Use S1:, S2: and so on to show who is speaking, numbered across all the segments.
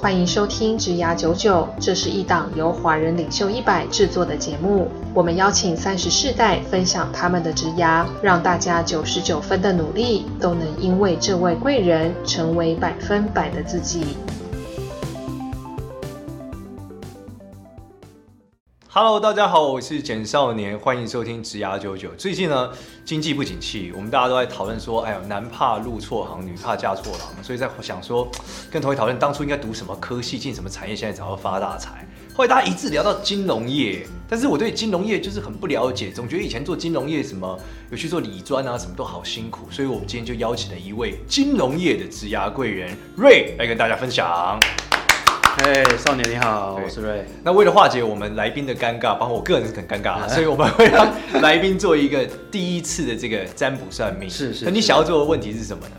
S1: 欢迎收听《职涯九九》，这是一档由华人领袖一百制作的节目。我们邀请三十世代分享他们的职涯，让大家九十九分的努力都能因为这位贵人成为百分百的自己。
S2: Hello，大家好，我是简少年，欢迎收听《职涯九九》。最近呢，经济不景气，我们大家都在讨论说，哎呦，男怕入错行，女怕嫁错郎，所以在想说，跟同学讨论当初应该读什么科系，进什么产业，现在才会发大财。后来大家一致聊到金融业，但是我对金融业就是很不了解，总觉得以前做金融业什么，有去做理专啊，什么都好辛苦，所以我们今天就邀请了一位金融业的职涯贵人瑞来跟大家分享。
S3: 哎，少年你好，
S2: 对
S3: 我是瑞。
S2: 那为了化解我们来宾的尴尬，包括我个人是很尴尬 啊，所以我们会让来宾做一个第一次的这个占卜算命。
S3: 是是
S2: 那你
S3: 是
S2: 想要做的问题是什么呢？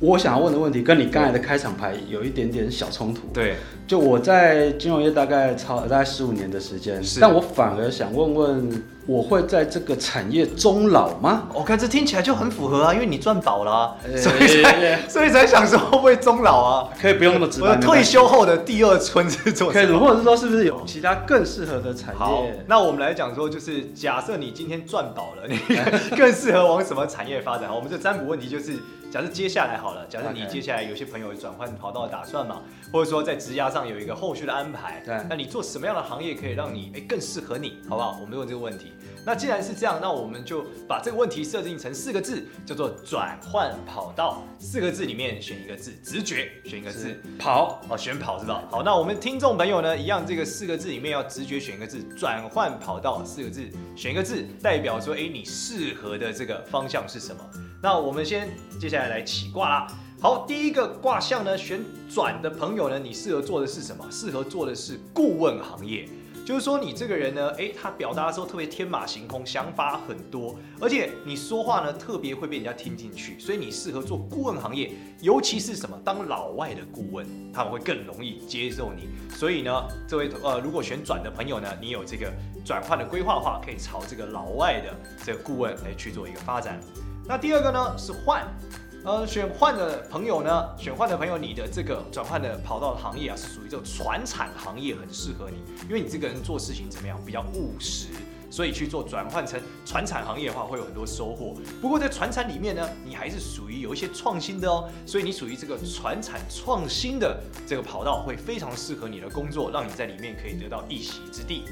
S3: 我想要问的问题跟你刚才的开场牌有一点点小冲突。，
S2: 对，
S3: 就我在金融业大概超大概十五年的时间
S2: 是，
S3: 但我反而想问问，我会在这个产业终老吗？
S2: 我、哦看这听起来就很符合啊，因为你赚饱了啊、
S3: 呃
S2: 所以
S3: 也
S2: 才所以才想说会不会终老啊？
S3: 可以不用那么直
S2: 我的
S3: 白，
S2: 退休后的第二春是
S3: 没
S2: 做
S3: 关系
S2: 什
S3: 可
S2: 么？
S3: 以，或者是说是不是有其他更适合的产
S2: 好
S3: 业，？
S2: 那我们来讲说，就是假设你今天赚饱了，你 更适合往什么产业发展？好，我们这占卜问题就是，假设接下来好了，假设你
S3: OK
S2: 接下来有些朋友有转换跑道的打算嘛，或者说在职涯上有一个后续的安排，
S3: 对
S2: 那你做什么样的行业可以让你哎更适合你，好不好？我们就问这个问题。那既然是这样，那我们就把这个问题设定成四个字，叫做转换跑道。四个字里面选一个字，直觉选一个字
S3: 是，跑，
S2: 哦，选跑知道。好，那我们听众朋友呢，一样这个四个字里面要直觉选一个字，转换跑道四个字，选一个字代表说，哎、你适合的这个方向是什么？那我们先接下来来起卦啦。好，第一个卦象呢，选转的朋友呢，你适合做的是什么？适合做的是顾问行业。就是说你这个人呢，诶，他表达的时候特别天马行空，想法很多，而且你说话呢特别会被人家听进去，所以你适合做顾问行业，尤其是什么当老外的顾问，他们会更容易接受你。所以呢，这位呃，如果选转的朋友呢，你有这个转换的规划的话，可以朝这个老外的这个顾问来去做一个发展。那第二个呢是换，呃，选换的朋友呢，选换的朋友，你的这个转换的跑道的行业啊，是属于这种传产行业，很适合你，因为你这个人做事情怎么样，比较务实。所以去做转换成传产行业的话，会有很多收获。不过在传产里面呢，你还是属于有一些创新的哦，所以你属于这个传产创新的这个跑道，会非常适合你的工作，让你在里面可以得到一席之地。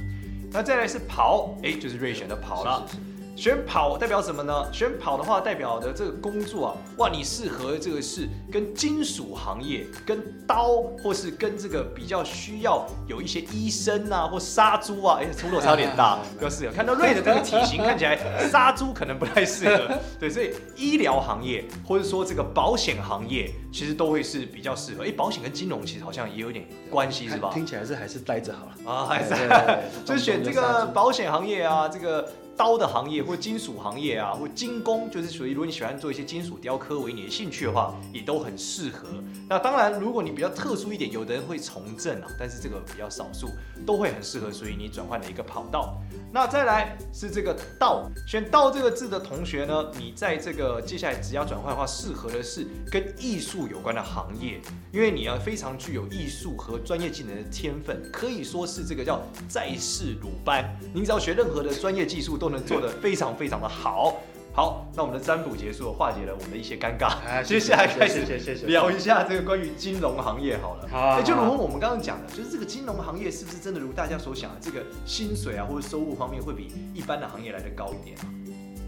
S2: 那再来是跑，诶，就是瑞选的跑了。
S3: 是，是是
S2: 选跑代表什么呢？选跑的话，代表的这个工作啊，哇，你适合这个是跟金属行业、跟刀或是跟这个比较需要有一些医生啊或杀猪啊，哎、出落差有点大，比较适合。看到瑞的这个体型，看起来杀猪可能不太适合，对，所以医疗行业或者说这个保险行业，其实都会是比较适合。哎、保险跟金融其实好像也有点关系，是吧？
S3: 听起来是还是待着好了。哎
S2: 啊，还是
S3: 对对对
S2: 就选这个保险行业啊，这个刀的行业或金属行业啊，或精工，就是属于如果你喜欢做一些金属雕刻为你的兴趣的话，也都很适合。那当然，如果你比较特殊一点，有的人会从政啊，但是这个比较少数，都会很适合属于你转换的一个跑道。那再来是这个“道”，选“道”这个字的同学呢，你在这个接下来职涯转换的话，适合的是跟艺术有关的行业，因为你要非常具有艺术和专业技能的天分，可以说是这个叫在世鲁班。您只要学任何的专业技术，都能做得非常非常的好。好，那我们的占卜结束了，化解了我们的一些尴尬。
S3: 哎
S2: 接下来开始
S3: 谢谢谢谢谢谢
S2: 聊一下这个关于金融行业好了。
S3: 好啊
S2: 哎就如
S3: 好啊
S2: 我们刚刚讲的，就是这个金融行业是不是真的如大家所想的，啊这个薪水啊或者收入方面会比一般的行业来的高一点啊？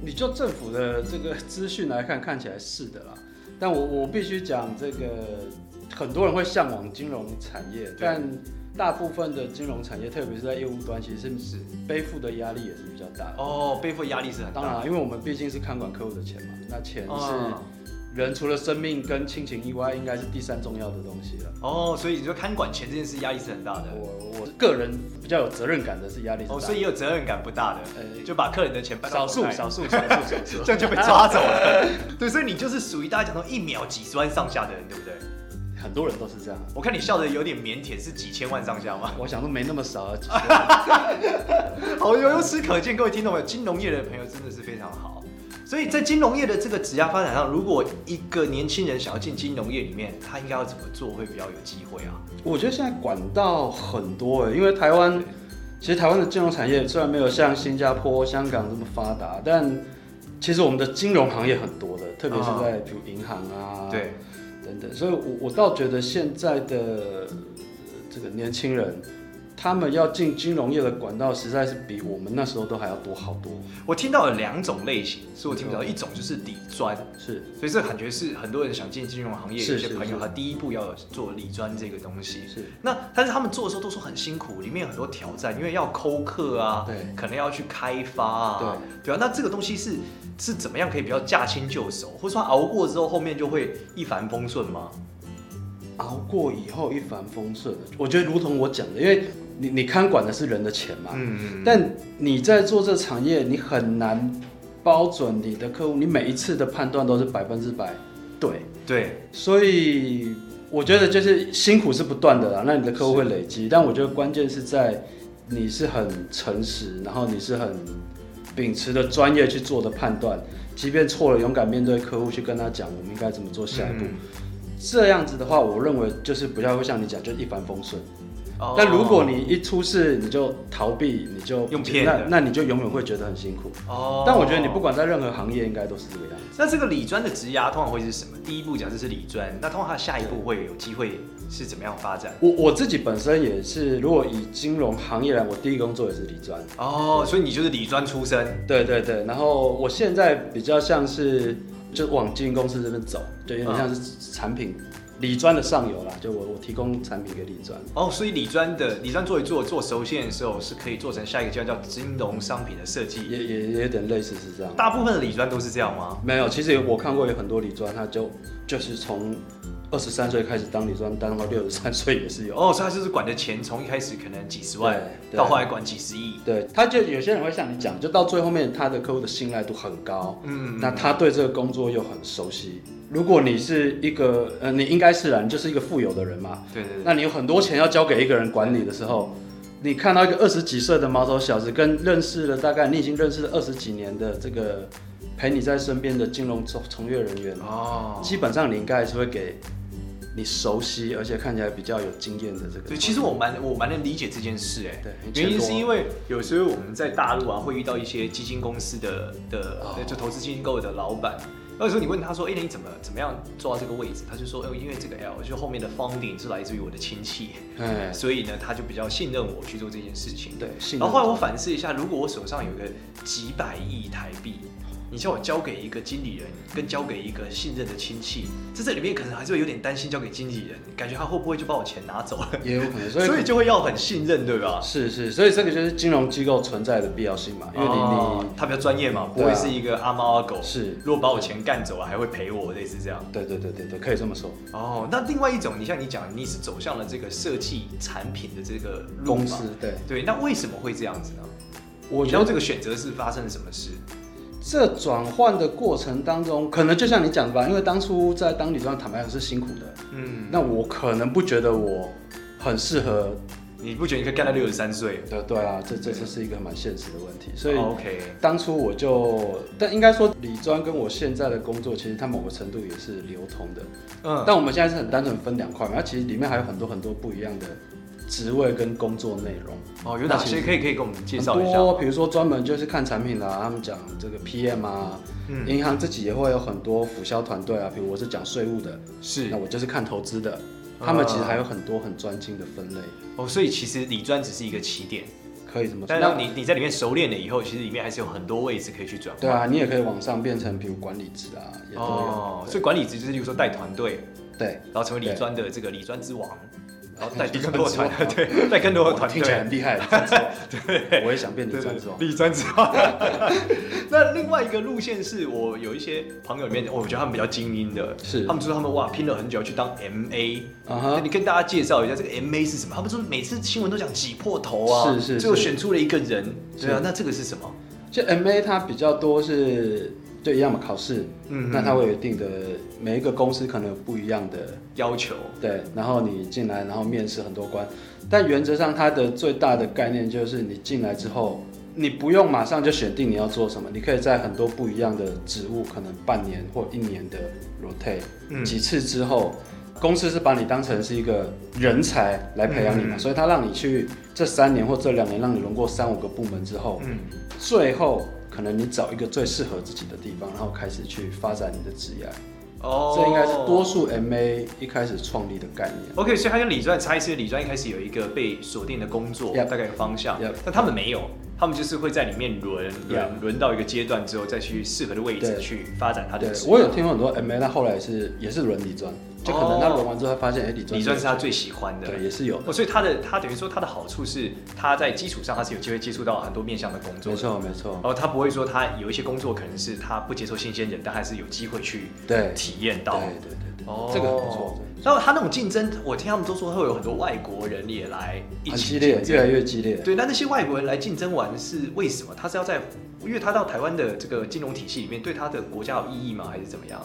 S3: 你就政府的这个资讯来看，看起来是的啦。但我我必须讲，这个很多人会向往金融产业，但大部分的金融产业，特别是在业务端，其实是背负的压力也是比较大的。
S2: 哦，背负的压力是很大。
S3: 当然，因为我们毕竟是看管客户的钱嘛，那钱
S2: 哦
S3: 是人除了生命跟亲情以外，应该是第三重要的东西了。
S2: 哦，所以你说看管钱这件事压力是很大的，
S3: 我我个人比较有责任感的是压力是大
S2: 哦，
S3: 的
S2: 所以也有责任感不大的，
S3: 呃
S2: 就把客人的钱搬到
S3: 少数
S2: 口袋
S3: 少数少数 少数
S2: 这样就 被抓走了。对，所以你就是属于大家讲到一秒几十万上下的人，对不对？
S3: 很多人都是这样。
S2: 我看你笑的有点腼腆，是几千万上下吗？
S3: 我想都没那么少啊，几
S2: 好，由由此可见，各位听众朋友，金融业的朋友真的是非常好。所以在金融业的这个职业发展上，如果一个年轻人想要进金融业里面，他应该要怎么做会比较有机会啊？
S3: 我觉得现在管道很多哎、因为台湾其实台湾的金融产业虽然没有像新加坡、香港这么发达，但其实我们的金融行业很多的，特别是
S2: 啊
S3: 在比如银行啊，
S2: 对，
S3: 等等，所以我我倒觉得现在的呃这个年轻人，他们要进金融业的管道，实在是比我们那时候都还要多好多。
S2: 我听到了两种类型，是我听到的一种就是理专，
S3: 是，
S2: 所以这感觉是很多人想进金融行业，
S3: 是
S2: 有些
S3: 是
S2: 朋友
S3: 是
S2: 他第一步要做理专这个东西。
S3: 是，
S2: 那但是他们做的时候都说很辛苦，里面有很多挑战，因为要抠客啊，
S3: 对
S2: 可能要去开发啊，对，啊。那这个东西是是怎么样可以比较驾轻就熟，或者说熬过之后后面就会一帆风顺吗？
S3: 熬过以后一帆风顺。我觉得如同我讲的，因为你你看管的是人的钱嘛，
S2: 嗯，
S3: 但你在做这产业，你很难包准你的客户，你每一次的判断都是百分之百对。
S2: 对，
S3: 所以我觉得就是辛苦是不断的啦，那你的客户会累积，但我觉得关键是在你是很诚实，然后你是很秉持着专业去做的判断，即便错了，勇敢面对客户去跟他讲我们应该怎么做下一步。
S2: 嗯
S3: 这样子的话，我认为就是不要会像你讲，就一帆风顺。
S2: 哦
S3: 但如果你一出事你就逃避，你就
S2: 用骗
S3: 那
S2: 的
S3: 那你就永远会觉得很辛苦。
S2: 哦，
S3: 但我觉得你不管在任何行业，应该都是这个样子。
S2: 那这个理专的职涯通常会是什么？第一步假设是理专，那通常它下一步会有机会是怎么样发展？
S3: 我我自己本身也是，如果以金融行业来，我第一工作也是理专。
S2: 哦，所以你就是理专出身，
S3: 对对对，然后我现在比较像是就往经营公司这边走，就有点像是产品理专的上游啦，就我我提供产品给理专。
S2: 哦，所以理专的理专做一做做熟线的时候，是可以做成下一个阶段叫金融商品的设计。
S3: 也也也有点类似是这样。
S2: 大部分的理专都是这样吗？
S3: 没有，其实我看过有很多理专，他就就是从二十三岁开始当理专，当到六十三岁也是有。
S2: 哦，所以他就是管的钱从一开始可能几十万，
S3: 对
S2: 到后来管几十亿。
S3: 对，他就有些人会像你讲，就到最后面，他的客户的信赖度很高，
S2: 嗯，
S3: 那他对这个工作又很熟悉。如果你是一个，呃，你应该是啦，你就是一个富有的人嘛。
S2: 对对对，
S3: 那你有很多钱要交给一个人管理的时候，你看到一个二十几岁的毛头小子，跟认识了大概你已经认识了二十几年的这个陪你在身边的金融从从业人员，
S2: 哦，
S3: 基本上你应该还是会给你熟悉而且看起来比较有经验的这个。
S2: 对，其实我蛮我蛮能理解这件事哎。
S3: 对
S2: 原因是因
S3: 为
S2: 为有时候我们在大陆啊会遇到一些基金公司的的
S3: 哦
S2: 就投资机构的老板，那时候你问他说，哎、你怎么怎么样做到这个位置？他就说，哦、因为这个 L 就后面的 funding 是来自于我的亲戚，
S3: 哎，
S2: 所以呢他就比较信任我去做这件事情。
S3: 对，信
S2: 然
S3: 任
S2: 后后来我反思一下，如果我手上有个几百亿台币，你叫我交给一个经理人，跟交给一个信任的亲戚，在这里面可能还是会有点担心交给经理人，感觉他会不会就把我钱拿走了？
S3: 也有可能， 所以
S2: 所以就会要很信任，对吧？
S3: 是是，所以这个就是金融机构存在的必要性嘛，因为你、
S2: 哦他比较专业嘛，不
S3: 对啊
S2: 会是一个阿猫阿狗。
S3: 你是，
S2: 如果把我钱干走了，还会赔我，类似这样。
S3: 对对对对对，可以这么说。
S2: 哦，那另外一种，你像你讲，你是走向了这个设计产品的这个路嘛
S3: 公司对，
S2: 对，那为什么会这样子呢？
S3: 我
S2: 你
S3: 觉
S2: 知道
S3: 得
S2: 这个选择是发生了什么事？
S3: 这转换的过程当中，可能就像你讲的吧，因为当初在当理专，坦白讲是辛苦的。
S2: 嗯，
S3: 那我可能不觉得我很适合，
S2: 你不觉得你可以干到六十三岁？
S3: 对对啊，这这这是一个蛮现实的问题。所以
S2: 哦 OK，
S3: 当初我就，但应该说理专跟我现在的工作，其实它某个程度也是流通的。
S2: 嗯，
S3: 但我们现在是很单纯分两块嘛，它其实里面还有很多很多不一样的职位跟工作内容。
S2: 哦，有哪
S3: 那其
S2: 些
S3: 实
S2: 可以可以给我们介绍
S3: 很
S2: 一下？
S3: 多，比如说专门就是看产品的、啊，他们讲这个 PM 啊，
S2: 嗯，
S3: 银行自己也会有很多辅销团队啊，比如我是讲税务的，
S2: 是
S3: 那我就是看投资的，
S2: 嗯啊
S3: 他们其实还有很多很专精的分类，
S2: 哦，所以其实理专只是一个起点，
S3: 可以怎么说？
S2: 但让你你在里面熟练了以后，其实里面还是有很多位置可以去转
S3: 那
S2: 换。
S3: 对啊，你也可以往上变成，比如管理职啊，也都有。
S2: 哦，所以管理职就是，例如说带团队，
S3: 对，
S2: 然后成为理
S3: 对
S2: 专的这个理专之王，然后带
S3: 理
S2: 更
S3: 专
S2: 多
S3: 之
S2: 团
S3: 王
S2: 队， 对，带更多的
S3: 哇
S2: 团
S3: 听起来
S2: 队。
S3: 很厉害，理专之王对，我也想变 理
S2: 对
S3: 专之王。
S2: 对理专之王。 那另外一个路线是我有一些朋友里面，我觉得他们比较精英的，
S3: 是
S2: 他们说他们哇拼了很久去当 MA，
S3: 啊
S2: 那
S3: 哈，
S2: 你跟大家介绍一下这个 MA 是什么？他们说每次新闻都讲挤破头啊，
S3: 是是
S2: 最后
S3: 是
S2: 选出了一个人，对啊
S3: 是，
S2: 那这个是什么？
S3: 就 MA 它比较多是就一样嘛，考试，
S2: 嗯
S3: 那它会有一定的每一个公司可能有不一样的
S2: 要求
S3: 对，然后你进来，然后面试很多关，但原则上它的最大的概念就是你进来之后，你不用马上就选定你要做什么，你可以在很多不一样的职务，可能半年或一年的 rotate、
S2: 嗯
S3: 几次之后，公司是把你当成是一个人才来培养你嘛，
S2: 嗯
S3: 所以他让你去这三年或这两年，让你轮过三五个部门之后，
S2: 嗯，
S3: 最后可能你找一个最适合自己的地方，然后开始去发展你的职业。
S2: 哦，
S3: 这应该是多数 MA 一开始创立的概念。
S2: OK，所以他跟理专差异是理专一开始有一个被锁定的工作
S3: Yep
S2: 大概一个方向
S3: Yep
S2: 但他们没有，他们就是会在里面轮轮轮到一个阶段之后，再去适合的位置
S3: 对
S2: 去发展他的
S3: 对
S2: 职，业。
S3: 我有听过很多 MA，他后来是也是轮理专，就可能他轮完之后，他发现哎，理专
S2: 理哦专是他最喜欢的，
S3: 对也是有的
S2: 哦，所以他的他等于说他的好处是他在基础上他是有机会接触到很多面向的工作
S3: 没
S2: 的，
S3: 错没错
S2: 然，后哦他不会说他有一些工作可能是他不接受新鲜人，但还是有机会去
S3: 对
S2: 体验
S3: 对
S2: 到。哦
S3: 对对对，这个很不错。这个
S2: 然后他那种竞争，我听他们都说会有很多外国人也来一
S3: 很
S2: 起
S3: 激烈
S2: 竞，争
S3: 越来越激烈。
S2: 对，那那些外国人来竞争完是为什么？他是要在，因为他到台湾的这个金融体系里面，对他的国家有意义吗？还是怎么样？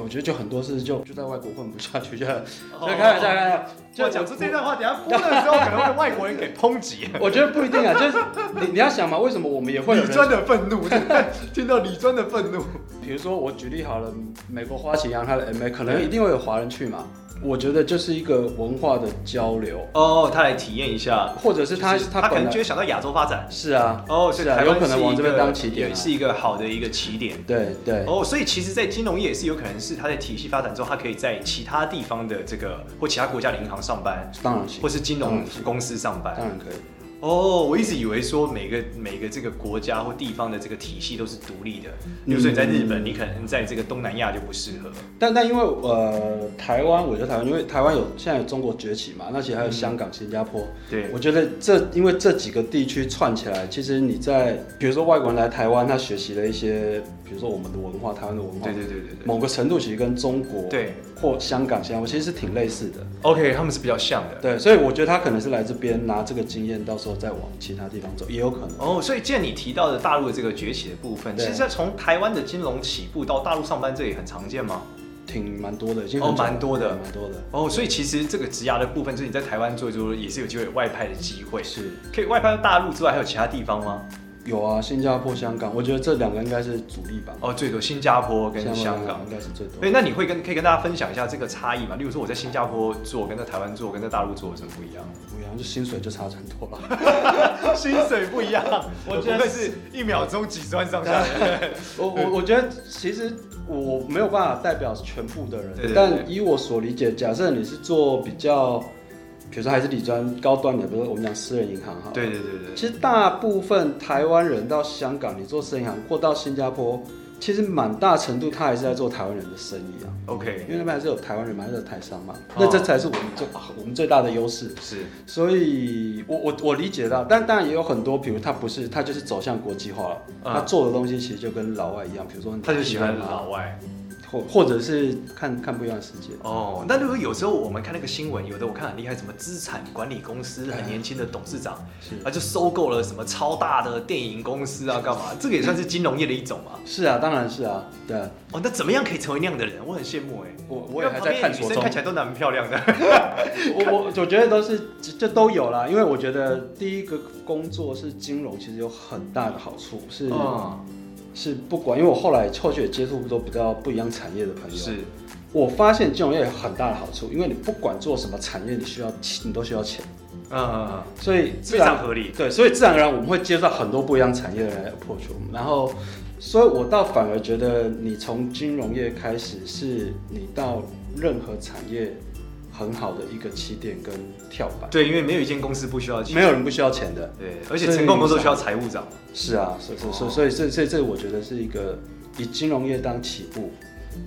S3: 我觉得就很多事就就在外国混不下去，就
S2: 哦
S3: 就开玩笑，开玩笑。
S2: 就
S3: 就
S2: 讲出这段话，等一下播的时候可能会外国人给抨 击。
S3: 我觉得不一定啊，就是你你要想嘛，为什么我们也会有
S2: 李
S3: 人
S2: 专的愤怒， 听到李专的愤怒，
S3: 比如说我举例好了，美国花旗银行它的 MA 可能一定会有华人去嘛，我觉得就是一个文化的交流，
S2: 哦，他来体验一下，
S3: 或者是他
S2: 就是
S3: 他
S2: 他可能
S3: 本来
S2: 就会想到亚洲发展。
S3: 是啊，
S2: 哦，所以
S3: 是啊，
S2: 台
S3: 有
S2: 湾
S3: 可能往这边
S2: 是一个
S3: 当起点、
S2: 也
S3: 啊，
S2: 是一个好的一个起点。
S3: 对对，
S2: 哦，所以其实，在金融业也是有可能是他在体系发展之后，他可以在其他地方的这个或其他国家的银行上班，
S3: 当然行
S2: 或，是金融
S3: 嗯是
S2: 公司上班
S3: 当。然可以，
S2: 哦，我一直以为说每个每个这个国家或地方的这个体系都是独立的，
S3: 嗯
S2: 比如说你在日本，你可能在这个东南亚就不适合。
S3: 但但因为呃台湾，我觉得台湾，因为台湾有现在有中国崛起嘛，那其实
S2: 嗯
S3: 还有香港、新加坡，
S2: 对，
S3: 我觉得这因为这几个地区串起来，其实你在比如说外国人来台湾，他学习了一些，比如说我们的文化，台湾的文化，
S2: 对对对对对。
S3: 某个程度其实跟中国
S2: 对
S3: 或香港、新加坡其实是挺类似的。
S2: OK，他们是比较像的。
S3: 对，所以我觉得他可能是来这边拿这个经验，到时候再往其他地方走，也有可能。
S2: 哦，所以既然你提到的大陆的这个崛起的部分，
S3: 对
S2: 其实从台湾的金融起步到大陆上班，这也很常见吗？
S3: 挺蛮多的，已经
S2: 哦
S3: 很久了
S2: 蛮多的
S3: 对蛮多的。
S2: 哦，所以其实这个职涯的部分，就是你在台湾做一做，也是有机会有外派的机会。
S3: 是
S2: 可以外派到大陆之外，还有其他地方吗？
S3: 有啊，新加坡、香港，我觉得这两个应该是主力吧。
S2: 哦，最多新加坡跟
S3: 新加坡
S2: 香港。
S3: 应该是最多
S2: 对，。那你会跟可以跟大家分享一下这个差异吗？例如说我在新加坡做，跟在台湾做，跟在大陆做有什么不一样？
S3: 我然后就薪水就差很多了。
S2: 薪水不一样，
S3: 我觉得
S2: 不会是一秒钟几十万上下 来。
S3: 我我我觉得其实我没有办法代表全部的人，
S2: 对对对
S3: 但以我所理解，假设你是做比较，比如说还是理专高端的，比如说我们讲私人银行哈，
S2: 对对对对，
S3: 其实大部分台湾人到香港，你做生意行或到新加坡，其实蛮大程度他还是在做台湾人的生意啊，因
S2: ，OK，
S3: 为那边还是有台湾人嘛，还是有台商嘛
S2: 哦，
S3: 那这才是我们最、啊我们最大的优势。
S2: 是
S3: 所以我我我理解到，但当然也有很多，比如他不是他就是走向国际化了，
S2: 嗯
S3: 他做的东西其实就跟老外一样，比如说
S2: 他就喜欢
S3: 啊，
S2: 老外。
S3: 或或者是看看不一样的世界。
S2: 哦，那如果有时候我们看那个新闻，有的我看很厉害，什么资产管理公司很年轻的董事长，
S3: 是
S2: 啊就收购了什么超大的电影公司啊，干 嘛？这个也算是金融业的一种嘛。
S3: 是啊，当然是啊，对啊，
S2: 哦，那怎么样可以成为那样的人？我很羡慕哎、
S3: 我
S2: 因
S3: 我
S2: 为
S3: 也还在探索
S2: 旁边的女
S3: 中
S2: 生看。起来都蛮漂亮的。
S3: 我我我觉得都是就就都有啦，因为我觉得第一个工作是金融，其实有很大的好处是、
S2: 嗯，
S3: 是不管，因为我后来后续也接触很多比较不一样产业的朋友，
S2: 是
S3: 我发现金融业有很大的好处，因为你不管做什么产业，你需要你都需要钱，
S2: 嗯，
S3: 所以自
S2: 非常
S3: 然
S2: 合理。
S3: 对，所以自然而然我们会接触到很多不一样产业的人来 approach 我们，然后。所以，我倒反而觉得，你从金融业开始，是你到任何产业很好的一个起点跟跳板。
S2: 对，因为没有一间公司不需要钱。
S3: 没有人不需要钱的。
S2: 对，而且成功工作需要财务长。
S3: 是啊，所以所以所
S2: 哦
S3: 以所以所以所以这我觉得是一个以金融业当起步，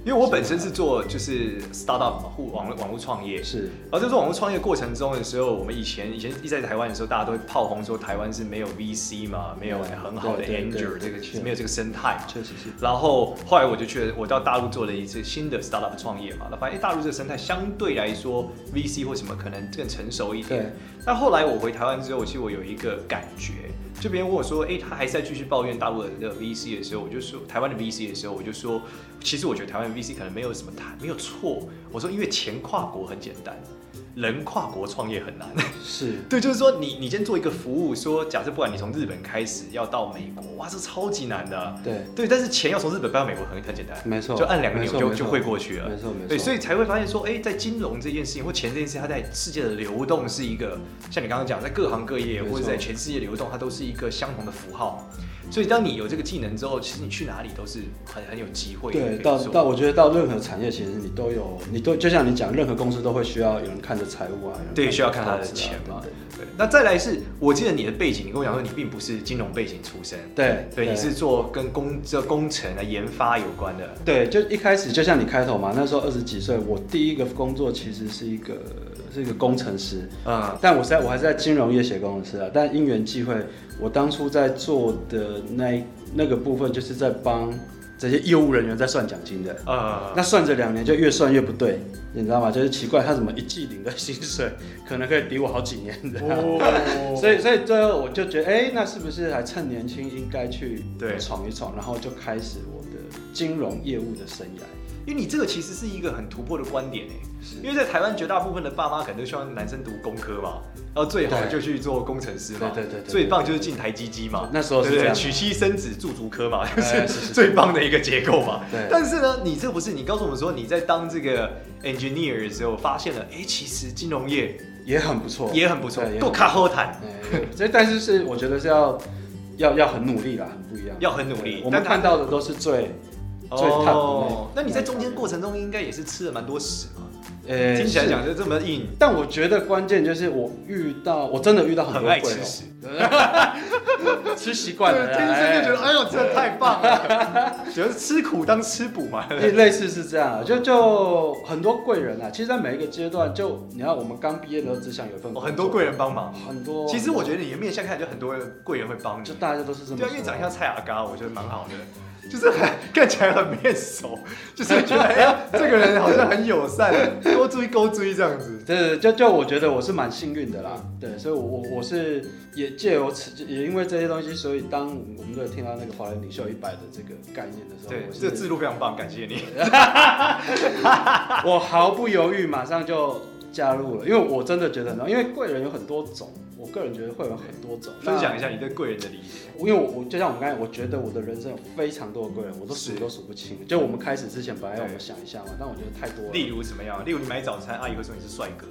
S2: 因为我本身是做就是 startup 嘛，互网络网络创业。
S3: 是
S2: 然后在做哦网络创业过程中的时候，我们以前以前一直在台湾的时候，大家都会炮轰说台湾是没有 VC 嘛，没有很好的
S3: 对对对
S2: angel 这
S3: 对
S2: 个
S3: 是
S2: 没有这个生态嘛。
S3: 确实是
S2: 然后后来我就去了，我到大陆做了一次新的 startup 创业嘛，那发现诶大陆这个生态相对来说 VC 或什么可能更成熟一点
S3: 对。
S2: 那后来我回台湾之后，其实我有一个感觉，就别人问我说，诶，他还是在继续抱怨大陆的那个 VC 的时候，我就说台湾的 VC 的时候，我就说，其实我觉得台湾 VC 可能没有什么谈没有错，我说因为钱跨国很简单。人跨国创业很难。
S3: 是
S2: 对，就是说你你先做一个服务，说假设不管你从日本开始要到美国，哇，这超级难的。啊
S3: 对，
S2: 对，但是钱要从日本搬到美国很很简单，
S3: 没错，
S2: 就按两个
S3: 没
S2: 钮
S3: 错
S2: 就
S3: 没错
S2: 就会过去了
S3: 没。错没错，
S2: 对，所以才会发现说，哎，在金融这件事情或钱这件事情，它在世界的流动是一个，像你刚刚讲，在各行各业
S3: 没错
S2: 或者在全世界流动，它都是一个相同的符号。所以当你有这个技能之后，其实你去哪里都是很很有机会可以
S3: 对，
S2: 做。
S3: 到到我觉得到任何产业，其实你都有，你都就像你讲，任何公司都会需要有人看着财务啊，有人
S2: 对
S3: 着
S2: 需要看他的
S3: 投资啊
S2: 钱嘛
S3: 等
S2: 对，那再来是我记得你的背景，你跟我讲说你并不是金融背景出身，
S3: 等对，
S2: 对，你是做跟工这工程啊研发有关的。
S3: 对，就一开始就像你开头嘛，那时候二十几岁，我第一个工作其实是一个是一个工程师，
S2: 嗯，
S3: 但我是在我还是在金融业写工程师啊，但因缘际会，我当初在做的那那个部分，就是在帮这些业务人员在算奖金的。
S2: 呃，
S3: 那算着两年就越算越不对，你知道吗？就是奇怪，他怎么一季领的薪水 可能可以抵我好几年的。
S2: 哦，
S3: 所以，所以最后我就觉得，哎、那是不是还趁年轻应该去
S2: 对
S3: 闯一闯？然后就开始我的金融业务的生涯。
S2: 因为你这个其实是一个很突破的观点诶，欸
S3: 是
S2: 因为在台湾绝大部分的爸妈可能都希望男生读工科嘛，然后最好
S3: 对
S2: 就去做工程师嘛，
S3: 对对对对对
S2: 最棒就是进台积机嘛，
S3: 那时候是
S2: 对不
S3: 这
S2: 对？
S3: 样
S2: 娶妻生子驻足科嘛， 就
S3: 哎
S2: 是
S3: 是是
S2: 最棒的一个结构嘛。
S3: 对
S2: 但是呢，你这不是你告诉我们说你在当这个 engineer 的时候发现了，哎，其实金融业
S3: 也很不错，
S2: 也很不错
S3: 对，也
S2: 够
S3: 很
S2: 卡后谈，
S3: 哎所以，但是是我觉得是要要要很努力啦，很不一样。
S2: 要很努力
S3: 我。们
S2: 但它
S3: 看到的都是最最 top 的
S2: 哦，那
S3: 那
S2: 你在中间过程中应该也是吃了蛮多屎嘛？
S3: 呃
S2: 听起来
S3: 是
S2: 讲就这么硬，
S3: 但我觉得关键就是我遇到，我真的遇到很
S2: 很
S3: 多
S2: 爱
S3: 贵哦
S2: 吃屎。
S3: 人，吃习惯了啦，
S2: 天生就觉得，
S3: 哎
S2: 哎呦，这太棒了， 觉得吃苦当吃补嘛。
S3: 类 类似是这样啊，就就很多贵人啊。其实，在每一个阶段，就你看，我们刚毕业的时候，只想有一份
S2: 哦，
S3: 工
S2: 很多
S3: 作啊
S2: 贵人帮忙。
S3: 很多。
S2: 其实我觉得你的面相看起来就很多贵人会帮你
S3: 就。大家都是这么
S2: 对
S3: 说。
S2: 啊，因为长得像蔡雅刚，我觉得蛮好的，就是很看起来很面熟，就是觉得哎呀，这个人好像很友善，勾追勾追这样子。
S3: 对对，对就就我觉得我是蛮幸运的啦，对，所以我我我是也借由此，也因为这些东西，所以当我们都有听到那个华人领袖一百的这个概念的时候，
S2: 对，
S3: 我
S2: 这个字
S3: 是
S2: 录非常棒，感谢你。
S3: 我毫不犹豫马上就加入了，因为我真的觉得很好，因为贵人有很多种，我个人觉得会有很多种。
S2: 分享
S3: 那
S2: 一下你对贵人的理解。
S3: 因为我我就像我们刚才，我觉得我的人生有非常多的贵人，我都数
S2: 是
S3: 都数不清了。就我们开始之前，本来要我
S2: 对
S3: 们想一下嘛，但我觉得太多了。
S2: 例如什么样？例如你买早餐，阿姨会说你是帅哥，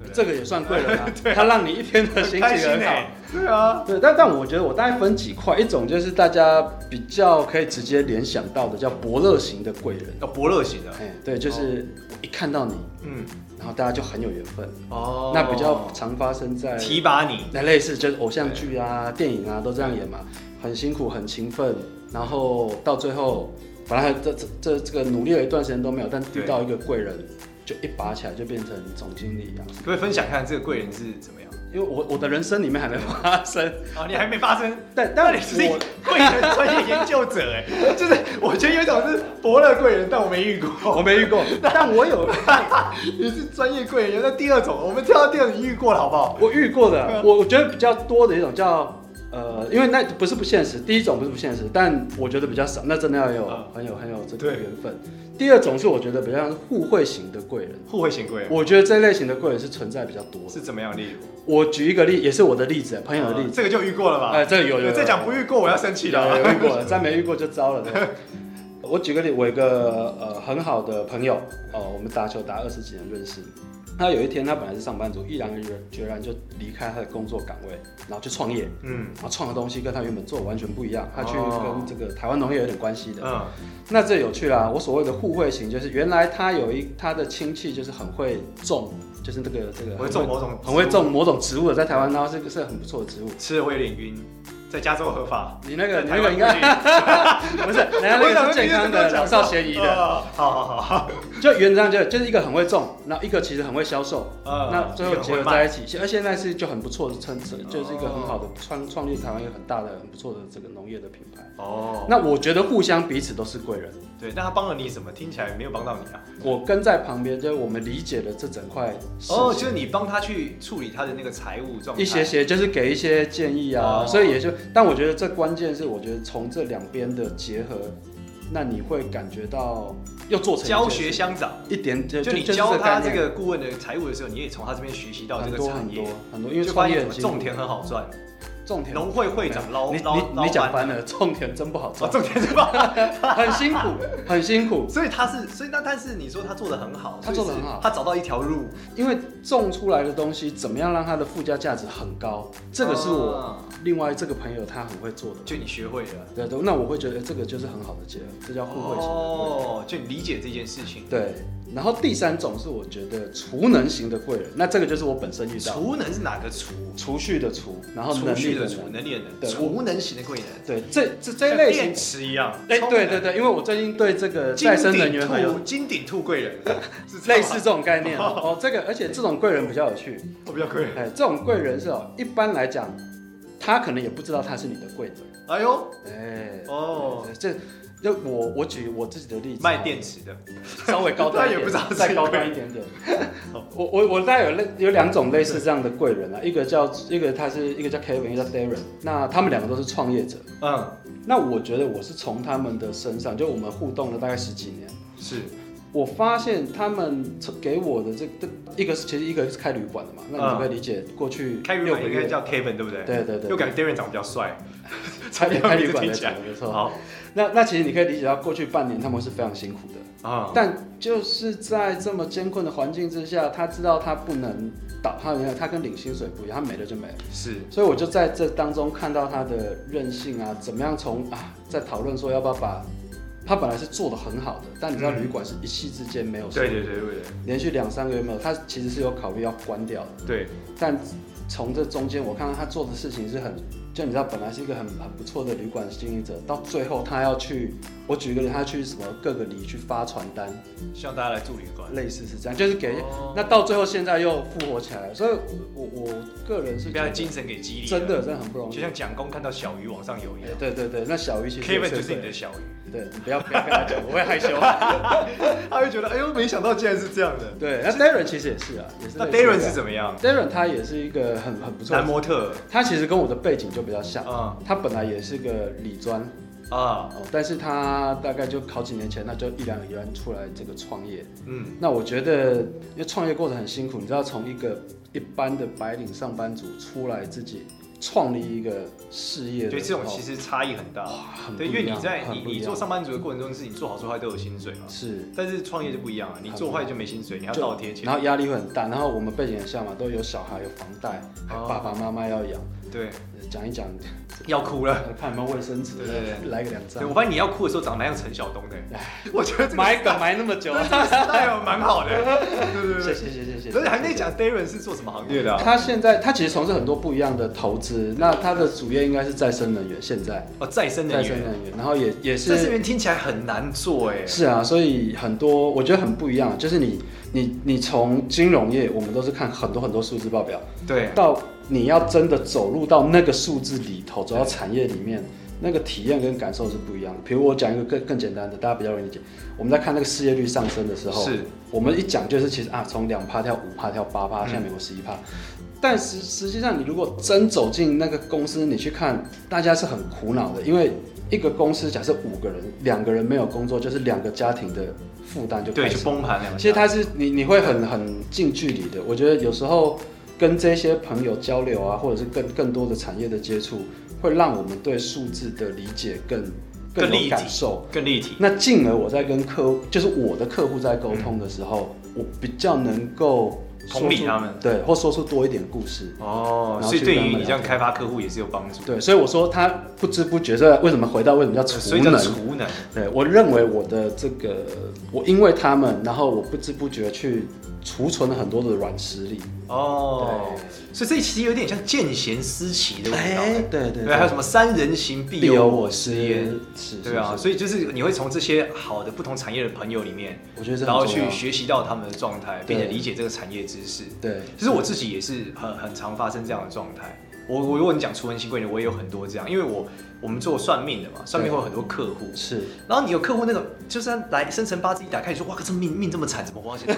S2: 对不对
S3: 这个也算贵 人啊，他让你一天的心情
S2: 开心
S3: 很好
S2: 欸。对啊，
S3: 对，但但我觉得我大概分几块，一种就是大家比较可以直接联想到的，叫伯乐型的贵人。
S2: 要哦伯乐型的，
S3: 哎，对，就是
S2: 哦
S3: 我一看到你，
S2: 嗯，
S3: 然后大家就很有缘分。
S2: 哦
S3: 那比较常发生在
S2: 提拔你，
S3: 那类似就是偶像剧啊、电影啊都这样演嘛，很辛苦、很勤奋，然后到最后，反正这这这这个努力了一段时间都没有，但
S2: 对
S3: 遇到一个贵人，就一拔起来就变成总经理啊。
S2: 可不可以分享看这个贵人是怎么样？
S3: 因为我我的人生里面还没发生，
S2: 啊，你还没发生，
S3: 但
S2: 那
S3: 但
S2: 你是
S3: 我
S2: 贵人专业研究者哎，就是我觉得有一种是伯乐贵人，但我没遇过。
S3: 我没 遇过，但我有
S2: 你是专业贵人，那第二种，我们跳到第二种你遇过了好不好？
S3: 我遇过的，我我觉得比较多的一种叫呃，因为那不是不现实，第一种不是不现实，但我觉得比较少，那真的要有、
S2: 嗯
S3: 很有很有这个
S2: 对
S3: 缘分。第二种是我觉得比较像互惠型的贵人，啊
S2: 互惠型贵人
S3: 我觉得这类型的贵人是存在比较多的。
S2: 是怎么样？例如，
S3: 我举一个例，也是我的例子，朋友的例
S2: 呃
S3: 子，
S2: 这个就遇过了吧？
S3: 哎这个有有有
S2: 再讲不遇过，我要生气 了
S3: 有
S2: 啊。
S3: 有遇过，再没遇过就糟了。对我举个例，我有一个呃很好的朋友哦，我们打球打二十几年认识。他有一天，他本来是上班族，毅然决然就离开他的工作岗位，然后去创业。
S2: 嗯
S3: 然后创的东西跟他原本做的完全不一样，他去
S2: 哦
S3: 跟这个台湾农业有点关系的。
S2: 嗯，
S3: 那这有趣啦，我所谓的互惠型，就是原来他有一他的亲戚就是很会种，就是这个这个
S2: 我会种某种，
S3: 很会，种某种植物的，在台湾然后是个是很不错的植物。
S2: 吃了会有点晕，在加州合法。
S3: 你那个
S2: 在
S3: 你
S2: 台
S3: 那个
S2: 湾
S3: 应该 不是，人家那
S2: 我
S3: 个
S2: 想
S3: 是健康的，老少咸宜的。
S2: 哦好好好，
S3: 就原则上就就是一个很会种，然后一个其实很会销售，
S2: 呃
S3: 那最
S2: 一
S3: 后
S2: 个很
S3: 结
S2: 会
S3: 合
S2: 卖
S3: 在一起，现而现在是就很不错的，成成就是一个很
S2: 哦
S3: 好的创创立台湾一个很大的很不错的这个农业的品牌。
S2: 哦，
S3: 那我觉得互相彼此都是贵人。
S2: 对，那他帮了你什么？听起来没有帮到你啊。
S3: 我跟在旁边，就是我们理解了这整块事情
S2: 哦，就是你帮他去处理他的那个财务状态，
S3: 一些些，就是给一些建议啊，
S2: 哦
S3: 所以也就，但我觉得这关键是，我觉得从这两边的结合，那你会感觉到又做成一件
S2: 教学
S3: 事
S2: 相长。
S3: 一点就
S2: 就你
S3: 是
S2: 教他
S3: 这
S2: 这
S3: 概念
S2: 个顾问的财务的时候，你也从他这边学习到这
S3: 很
S2: 个
S3: 多
S2: 产
S3: 很
S2: 业
S3: 多，很多，因为
S2: 就发
S3: 创业
S2: 现
S3: 很
S2: 什么
S3: 辛苦
S2: 种田很好赚，
S3: 种田
S2: 农会会长捞
S3: 你
S2: 捞
S3: 你
S2: 捞
S3: 你讲
S2: 翻，
S3: 翻了，种田 真不好
S2: 哦，
S3: 种，
S2: 种田是吧？
S3: 很辛苦，很辛苦。
S2: 所以他是，所以那但是你说他做的很好，
S3: 他做得很好
S2: 所以是他找到一条路，
S3: 因为种出来的东西怎么样让它的附加价值很高，这个是我
S2: 啊
S3: 另外这个朋友他很会做的。
S2: 就你学会了
S3: 对对，那我会觉得这个就是很好的结合，这叫互惠型的贵人。
S2: 哦，就你理解这件事情。
S3: 对，然后第三种是我觉得储能型的贵人，那这个就是我本身遇到
S2: 厨能是哪个厨？
S3: 储蓄的储，然后
S2: 储
S3: 能力
S2: 蓄
S3: 的
S2: 的储，
S3: 能。
S2: 能力的能，
S3: 对
S2: 厨能型的贵人，
S3: 对，这这这一
S2: 像
S3: 类型
S2: 电，池一样。
S3: 哎，
S2: 充
S3: 对
S2: 能
S3: 对，对，因为我最近对这个再
S2: 金
S3: 生能
S2: 顶
S3: 源很有
S2: 兔，金顶兔贵 人，是这样
S3: 类
S2: 吗
S3: 似这种 概念哦。这个，而且这种贵人比较有趣。
S2: 我比较贵人。
S3: 哎，这种贵人是哦，一般来讲，他可能也不知道他是你的贵人。
S2: 哎呦，
S3: 哎，
S2: 哦，
S3: 这就我我举我自己的例子，啊
S2: 卖电池的，
S3: 稍微高端一
S2: 他也
S3: 点，
S2: 不知道
S3: 再
S2: 是
S3: 高
S2: 贵
S3: 端
S2: 人哦
S3: 一点点。 我我我大概有类有两种类似这样的贵人啊，一个叫一个他是一个叫 Kevin，一个叫 Darren，那他们两个都是创业者。
S2: 嗯，
S3: 那我觉得我是从他们的身上，就我们互动了大概十几年，
S2: 是，
S3: 我发现他们从给我的这这一个是其实一个是开旅馆的嘛，那你就可以理解过去
S2: 嗯开旅
S3: 六
S2: 馆
S3: 个
S2: 应该
S3: 月，
S2: 叫 Kevin 对不对？
S3: 对对对
S2: 又感觉 Darren 长得比较帅，
S3: 差点开旅馆
S2: 听
S3: 的
S2: 起来
S3: 没错。
S2: 好
S3: 那那其实你可以理解到过去半年他们是非常辛苦的。
S2: 啊，
S3: 但就是在这么艰困的环境之下，他知道他不能倒，他没有，他跟领薪水不一样，他没了就没了。
S2: 是
S3: 所以我就在这当中看到他的韧性啊，怎么样从啊，在讨论说要不要把，他本来是做的很好的，但你知道
S2: 嗯
S3: 旅馆是一夕之间没有收入，
S2: 对对对对
S3: 连续两三个月没有，他其实是有考虑要关掉的，
S2: 对，
S3: 但从这中间我看到他做的事情是很。就你知道，本来是一个很很不错的旅馆经营者，到最后他要去，我举一个例，他去什么各个里去发传单，
S2: 希望大家来住旅馆。
S3: 类似是这样，就是给、
S2: 哦
S3: 那到最后现在又复活起来了，所以我我我个人是
S2: 被
S3: 觉
S2: 他的
S3: 得
S2: 精神给激励，
S3: 真，的真的很不容易
S2: 就。像蒋公看到小鱼往上游一
S3: 哎
S2: 样
S3: 对对对，那小鱼其实也
S2: ，Kevin 就是
S3: 对
S2: 你的小鱼，
S3: 对，你不要不要跟他讲，我会 害羞。
S2: 他会觉得哎呦，没想到竟然是这样的。
S3: 对，那 Darren 其实也是啊，也是
S2: 那
S3: 类似
S2: Darren 是
S3: 这样
S2: 怎么样？
S3: Darren 他也是一个很很不错
S2: 男
S3: 的，
S2: 模特，
S3: 他其实跟我的背景就比较像。
S2: 嗯
S3: 他本来也是个理专
S2: 啊，
S3: 哦，但是他大概就好几年前，他就毅然决然出来这个创业。
S2: 嗯，
S3: 那我觉得，因为创业过程很辛苦，你知道，从一个一般的白领上班族出来，自己创立一个事业的，
S2: 对，这种其
S3: 实
S2: 实差异很大。对，因为你在你你做上班族的过程中，是你做好做坏都有薪水嘛。
S3: 是，
S2: 但是创业就不一样了，你做坏就没薪水，你还要
S3: 就
S2: 倒贴钱
S3: 然。后压力会很大，然后我们背景很像嘛，都有小孩，有房贷，还有
S2: 哦
S3: 爸爸妈妈要养，
S2: 对，
S3: 讲一讲，
S2: 要哭了。
S3: 看有没有卫生纸
S2: 对对，
S3: 来个两
S2: 对，我
S3: 张，
S2: 发现你要哭的时候长得蛮像陈晓东的，我觉得这个
S3: 埋梗埋那么久，
S2: 哎呦蛮 好的。对对
S3: 谢
S2: 对
S3: 谢谢谢谢
S2: 对，
S3: 谢，
S2: 而且还没讲 Darren 是做什么行业的啊？
S3: 他现在他其实从事很多不一样的投资，那他的主业应该是再生能源，现在
S2: 哦，再生能
S3: 再生
S2: 源。
S3: 能源，然后也也
S2: 再生能
S3: 是
S2: 源听起来很难做哎。
S3: 是啊，所以很多我觉得很不一样，就是你你你从金融业，我们都是看很多很多数字报表，
S2: 对，
S3: 到你要真的走入到那个数字里头，走到产业里面，那个体验跟感受是不一样的。比如我讲一个更更简单的，大家比较容易理解，我们在看那个失业率上升的时候，
S2: 是
S3: 我们一讲就是其实啊，从两趴跳五趴跳八趴，现在美国十一趴。但实实际上，你如果真走进那个公司，你去看，大家是很苦恼的，因为一个公司假设五个人，两个人没有工作，就是两个家庭的负担就
S2: 对，
S3: 开
S2: 就
S3: 始。
S2: 崩盘了。
S3: 其实他是你你会很很近距离的，我觉得有时候跟这些朋友交流啊，或者是更更多的产业的接触，会让我们对数字的理解更
S2: 更立
S3: 有
S2: 体
S3: 感受。
S2: 更立体。
S3: 那进而我在跟客户，就是我的客户在沟通的时候，我比较能够说
S2: 同理
S3: 出
S2: 他们
S3: 对，或说出多一点故事。
S2: 哦，
S3: 然后
S2: 所以
S3: 去
S2: 对
S3: 跟他
S2: 于
S3: 们
S2: 你这样
S3: 聊天
S2: 开发客户也是有帮助。呃
S3: 对，所以我说他不知不觉，所以为什么回到为什么叫储
S2: 所以叫
S3: 能？
S2: 储能。
S3: 对我认为我的这个，我因为他们，然后我不知不觉去储存了很多的软实力。
S2: 哦，所以这其实有点像见贤思齐的味道。
S3: 哎
S2: 哎
S3: 对对
S2: 对，还有什么三人行必
S3: 必有
S2: 有
S3: 我
S2: 我
S3: 师
S2: 师焉，，
S3: 是，
S2: 对啊，
S3: 是，
S2: 所以就是你会从这些好的不同产业的朋友里面，
S3: 我觉得这
S2: 然后
S3: 很重
S2: 去
S3: 要。
S2: 学习到他们的状态，并且
S3: 对
S2: 理解这个产业知识。
S3: 对，
S2: 其实我自己也是很很常发生这样的状态，我我如果你讲除文新贵人，我也有很多这样，因为我我们做算命的嘛，算命会有很多客户，
S3: 是
S2: 然后你有客户那个，就是他来生辰八字一打开，你说哇，这命命这么惨，怎么活到现在？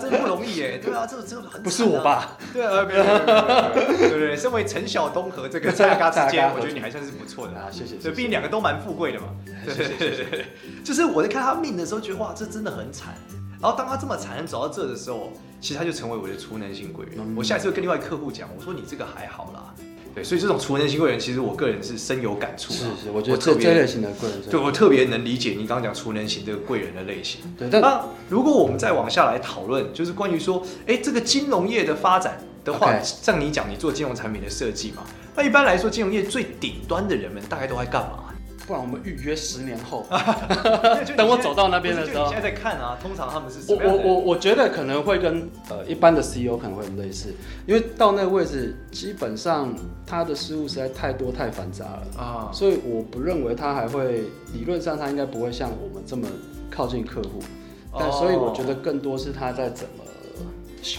S2: 真的不容易耶，对啊，这个这个很、
S3: 不是我？爸？
S2: 对啊，没有没有没有没有没有，对对对，身为陈晓东和这个蔡阿嘎之间，我觉得你还算是不错的
S3: 啊谢谢谢谢
S2: 对，毕竟两个都蛮富贵的嘛。对对对对对，就是我在看他命的时候，觉得哇，这真的很惨。然后当他这么惨走到这的时候，其实他就成为我的除能型贵人。
S3: 嗯
S2: 我下次就跟另外一个客户讲，我说你这个还好啦。对，所以这种除能型贵人，其实我个人是深有感触啦。
S3: 是是，我觉得
S2: 特
S3: 这
S2: 别
S3: 这类型的贵人真的，
S2: 对我特别能理解你刚刚讲储能型这个贵人的类型。
S3: 对，但
S2: 那如果我们再往下来讨论，就是关于说，哎，这个金融业的发展的话
S3: OK
S2: 像你讲，你做金融产品的设计嘛，那一般来说，金融业最顶端的人们大概都在干 嘛？
S3: 不然我们预约十年 后，
S2: 就你
S3: 等我
S2: 现在
S3: 走到那边的
S2: 不是
S3: 时候
S2: 就你现在在看啊，通常他们是什
S3: 我
S2: 么样
S3: 我
S2: 的人
S3: 我我觉得可能会跟呃一般的 CEO 可能会很类似，因为到那个位置，基本上他的失误实在太多太繁杂了，
S2: 啊，
S3: 所以我不认为他还会理论上他应该不会像我们这么靠近客户，但
S2: 哦
S3: 所以我觉得更多是他在怎么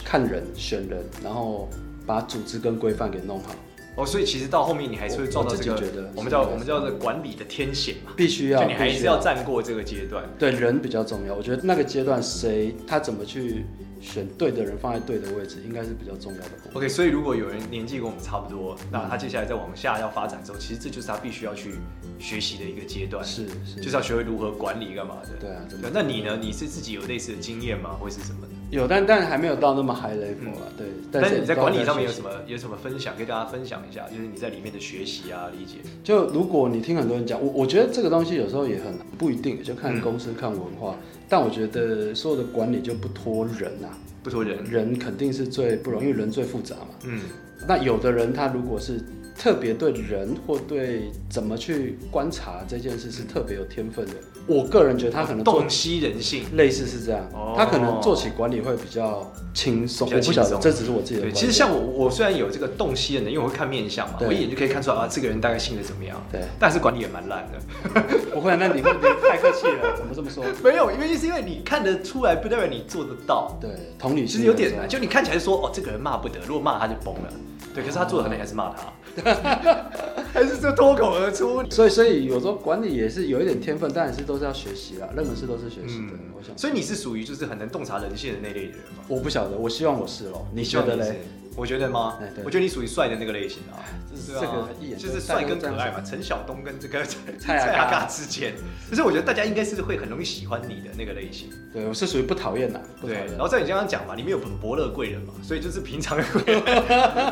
S3: 看人选人，然后把组织跟规范给弄好，
S2: 哦，所以其实到后面你还是会撞到这
S3: 我我
S2: 个
S3: 自己觉得，
S2: 我们叫
S3: 是
S2: 我们叫做管理的天险嘛，
S3: 必须要
S2: 就你还
S3: 必
S2: 是
S3: 须
S2: 要站过这个阶段。
S3: 对人比较重要，我觉得那个阶段谁他怎么去选对的人放在对的位置，应该是比较重要的功
S2: OK，所以如果有人年纪跟我们差不多，那他接下来再往下要发展之后，其实这就是他必须要去学习的一个阶
S3: 能。
S2: 段，
S3: 是是，
S2: 就是要学会如何管理干嘛的。
S3: 对啊，真的
S2: 对，那你呢？你是自己有类似的经验吗？或是什么的？
S3: 有，但但还没有到那么 high level 啊。对，
S2: 但嗯是你在管理上面
S3: 也
S2: 有
S3: 是
S2: 什么有什么分享，可以跟大家分享一下，就是你在里面的学习啊、理解。
S3: 就如果你听很多人讲，我我觉得这个东西有时候也很不一定，就看
S2: 嗯
S3: 公司、看文化。但我觉得所有的管理就不脱人啊，
S2: 不说人，
S3: 人肯定是最不容易，因为人最复杂嘛。
S2: 嗯，
S3: 那有的人他如果是特别对人或对怎么去观察这件事是特别有天分的，我个人觉得他可能做
S2: 嗯洞悉人性。
S3: 类似是这样
S2: 哦，
S3: 他可能做起管理会比较轻松。
S2: 比较
S3: 我不晓
S2: 轻松
S3: 得，这只是我自己的
S2: 对，
S3: 观点。
S2: 其实像我，我虽然有这个洞悉的能力，因为我会看面相嘛，
S3: 对
S2: 我一眼就可以看出来啊，这个人大概性格怎么样。
S3: 对，
S2: 但是管理也蛮烂的。
S3: 不会，那你会你太客气了，怎么这么 说？
S2: 没有，因为是因为你看得出来，不代表你做得到。
S3: 对，同理
S2: 其
S3: 心
S2: 实有点
S3: 时候
S2: 难，就你看起来说哦，这个人骂不得，如果骂他就崩了。对，可是他做的
S3: 哦
S2: 很好，还是骂他， 还是就脱口而出。
S3: 所以所以有时候管理也是有一点天分，但也是都是要学习啦，任何事都是学习的。我想，
S2: 嗯所以你是属于就是很能洞察人性的那类的人吗？
S3: 我不晓得，我希望我是咯，你
S2: 希
S3: 觉
S2: 望
S3: 得
S2: 你是
S3: 嘞？？
S2: 我觉得吗
S3: 哎？对
S2: 我觉得你属于帅的那个类型啊。
S3: 这
S2: 对啊
S3: 这个一眼
S2: 就是帅跟可爱嘛，
S3: 大家都这样想
S2: 陈晓东跟这个蔡
S3: 蔡阿嘎
S2: 阿嘎之间，可是我觉得大家应该是会很容易喜欢你的那个类型。
S3: 对，我是属于不讨厌啦，不讨
S2: 对，
S3: 厌
S2: 然。后在你刚刚讲嘛，里面有很伯乐贵人嘛，所以就是平常的贵 人，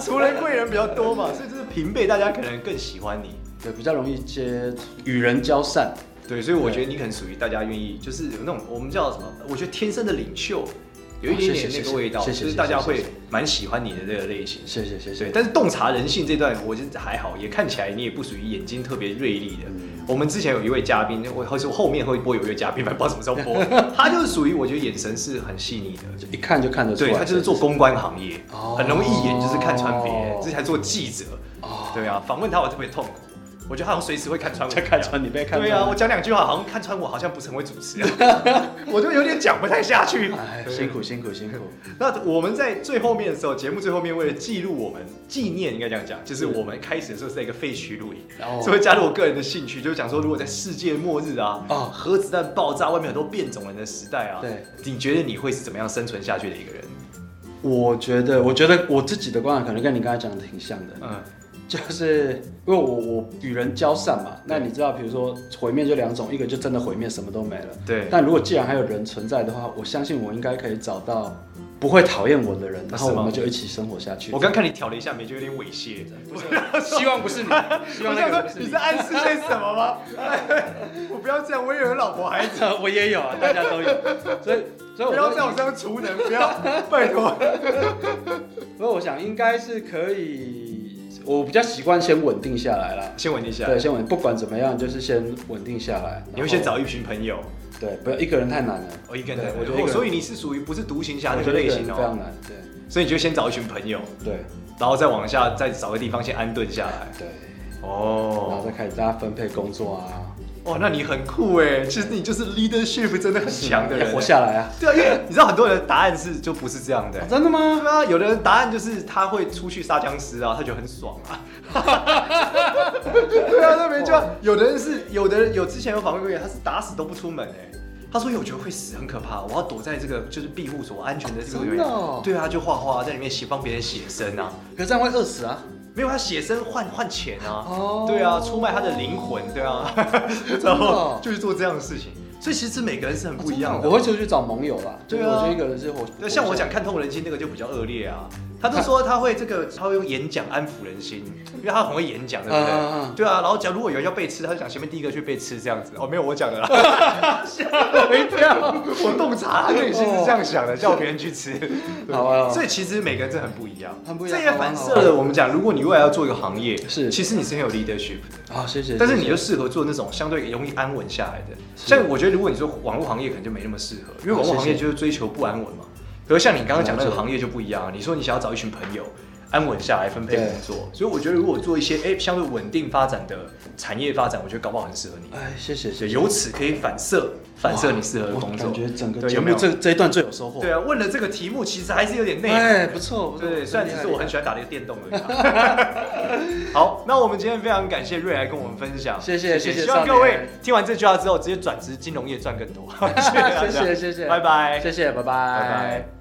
S2: 除了贵人比较多嘛，所以就是平辈大家可能更喜欢你。
S3: 对，比较容易接与人交善，
S2: 对，所以我觉得你可能属于大家愿意，就是有那种我们叫什么？我觉得天生的领袖，有一点点那个味道，
S3: 哦谢
S2: 就
S3: 谢谢谢
S2: 是大家
S3: 谢谢
S2: 会
S3: 谢谢
S2: 蛮喜欢你的这个类型。
S3: 谢谢谢
S2: 对，
S3: 谢。
S2: 但是洞察人性这段，我觉得还好，也看起来你也不属于眼睛特别锐利的。
S3: 嗯
S2: 我们之前有一位嘉宾，或或是后面会播有一位嘉宾，反正不知道什么时候 播，他就是属于我觉得眼神是很细腻的，
S3: 就一看就看得出来，
S2: 对他就是做公关行业，
S3: 哦
S2: 很容易一眼就是看穿别人。之前还做记者，
S3: 哦，
S2: 对啊，访问他我特别痛苦，我觉得他好像随时会看穿我一
S3: 在
S2: 样。
S3: 看穿你被看穿。
S2: 对啊，我讲两句话好像看穿我，好像不是很会主 持、啊，我就有点讲不太下去。
S3: 哎，辛苦辛苦辛苦。
S2: 那我们在最后面的时候，节目最后面为了记录我们纪念，应该这样讲，
S3: 嗯
S2: 就是我们开始的时候是在一个废墟录影。
S3: 然后
S2: 所以会加入我个人的兴趣，就是讲说，如果在世界末日啊，
S3: 哦
S2: 核子弹爆炸，外面很多变种人的时代啊，
S3: 对，
S2: 你觉得你会是怎么样生存下去的一个人？
S3: 我觉得，我觉得我自己的观点可能跟你刚才讲的挺像的。
S2: 嗯，
S3: 就是因为我我与人交善嘛，那你知道，比如说毁灭就两种，一个就真的毁灭，什么都没了。
S2: 对，
S3: 但如果既然还有人存在的话，我相信我应该可以找到不会讨厌我的人，然后
S2: 是吗
S3: 我们就一起生活下去
S2: 我。刚看你挑了一下眉，就有点猥亵。
S3: 不是希望不是 你，希
S2: 我
S3: 望
S2: 想
S3: 那
S2: 说
S3: 个不，是
S2: 你
S3: 你
S2: 是。暗示些什么吗？ 我不要这样，我也有老婆 孩子，
S3: 我也有啊，大家都有，所以所
S2: 不
S3: 以我
S2: 要
S3: 就
S2: 在我身上除能，不 要，拜托。
S3: 所以我想应该是可以，我比较习惯先稳定下来啦。
S2: 先稳一下，
S3: 对，先稳，不管怎么样，就是先稳定下来。
S2: 啊你会
S3: 然
S2: 先
S3: 后
S2: 找一群朋友，
S3: 对，不要一个人太难了。
S2: 我一个
S3: 对
S2: 人，
S3: 我觉得一个人
S2: 哦所以你是属于不是独行侠
S3: 我
S2: 那
S3: 觉
S2: 个
S3: 得一
S2: 类
S3: 个人
S2: 型
S3: 非
S2: 哦
S3: 常，难。对
S2: 所以你就先找一群朋友，
S3: 对
S2: 然后再往下再找个地方先安顿下来。
S3: 对，然
S2: 哎哦
S3: 后，再开始大家分配工作啊，
S2: 哇，那你很酷哎，其实你就是 leadership 真的很强的人
S3: 要，活下来啊！
S2: 对啊，因为你知道很多人的答案是就不是这样的、
S3: 真的吗？
S2: 对啊，有的人答案就是他会出去杀僵尸啊，他觉得很爽啊。 对啊，那没就有的人是有的人有之前有访问过一个人，他是打死都不出门哎、他说因为我觉得会死很可怕，我要躲在这个就是庇护所安全的这个
S3: 真的哦
S2: 对啊，就画画在里面写帮别人写生啊，
S3: 可是这样会饿死啊！
S2: 没有他写生换换钱啊，
S3: 哦
S2: 对啊，出卖他的灵魂，对啊，
S3: 的哦哦
S2: 然后 就去做这样的事情，所以其实每个人是很不一样的。啊
S3: 我会出去找盟友啦。
S2: 对啊
S3: 就是我觉得一个人是活。
S2: 那像我讲看透人心那个就比较恶劣啊，他就说他会这个，他会用演讲安抚人心，因为他很会演讲，对不对？
S3: 嗯嗯嗯
S2: 对啊，然后讲如果有人要被吃，他就讲前面第一个去被吃这样子。哦，没有我讲的 啦，吓我一跳，我洞察他内心是这样想的，叫别人去吃。对
S3: 哦 好啊好啊
S2: 所以其实每个人真的很不一样，
S3: 很不一样啊
S2: 这也反射了我们讲，如果你未来要做一个行业，
S3: 是
S2: 其实你是很有 leadership 的。
S3: 啊，谢谢。
S2: 但是
S3: 谢
S2: 你
S3: 谢
S2: 就适合做那种相对容易安稳下来的。像我觉得，如果你说网络行业，可能就没那么适合，因为
S3: 哦
S2: 网络行业就是追求不安稳嘛。可是像你刚刚讲那个行业就不一样啊，你说你想要找一群朋友安稳下来分配
S3: 对
S2: 工作，所以我觉得如果做一些哎、相对稳定发展的产业发展，我觉得搞不好很适合你。
S3: 哎，谢谢谢
S2: 对，
S3: 谢。
S2: 由此可以反射反射你适合的
S3: 我
S2: 工作。
S3: 感觉整个
S2: 对
S3: 节
S2: 有
S3: 目
S2: 没有
S3: 这这一段最有收获。
S2: 对啊，问了这个题目，其实还是有点内涵的。
S3: 哎，不错不错。
S2: 对，虽然只是我很
S3: 厉
S2: 喜欢打这个电动而已 啊。好，那我们今天非常感谢瑞来跟我们分享，
S3: 谢谢谢谢
S2: 希望
S3: 少年
S2: 各位听完这 句话之后，直接转职金融业赚更多。
S3: 害谢谢谢谢，
S2: 拜拜，
S3: 谢谢，
S2: 拜
S3: 拜拜
S2: 拜。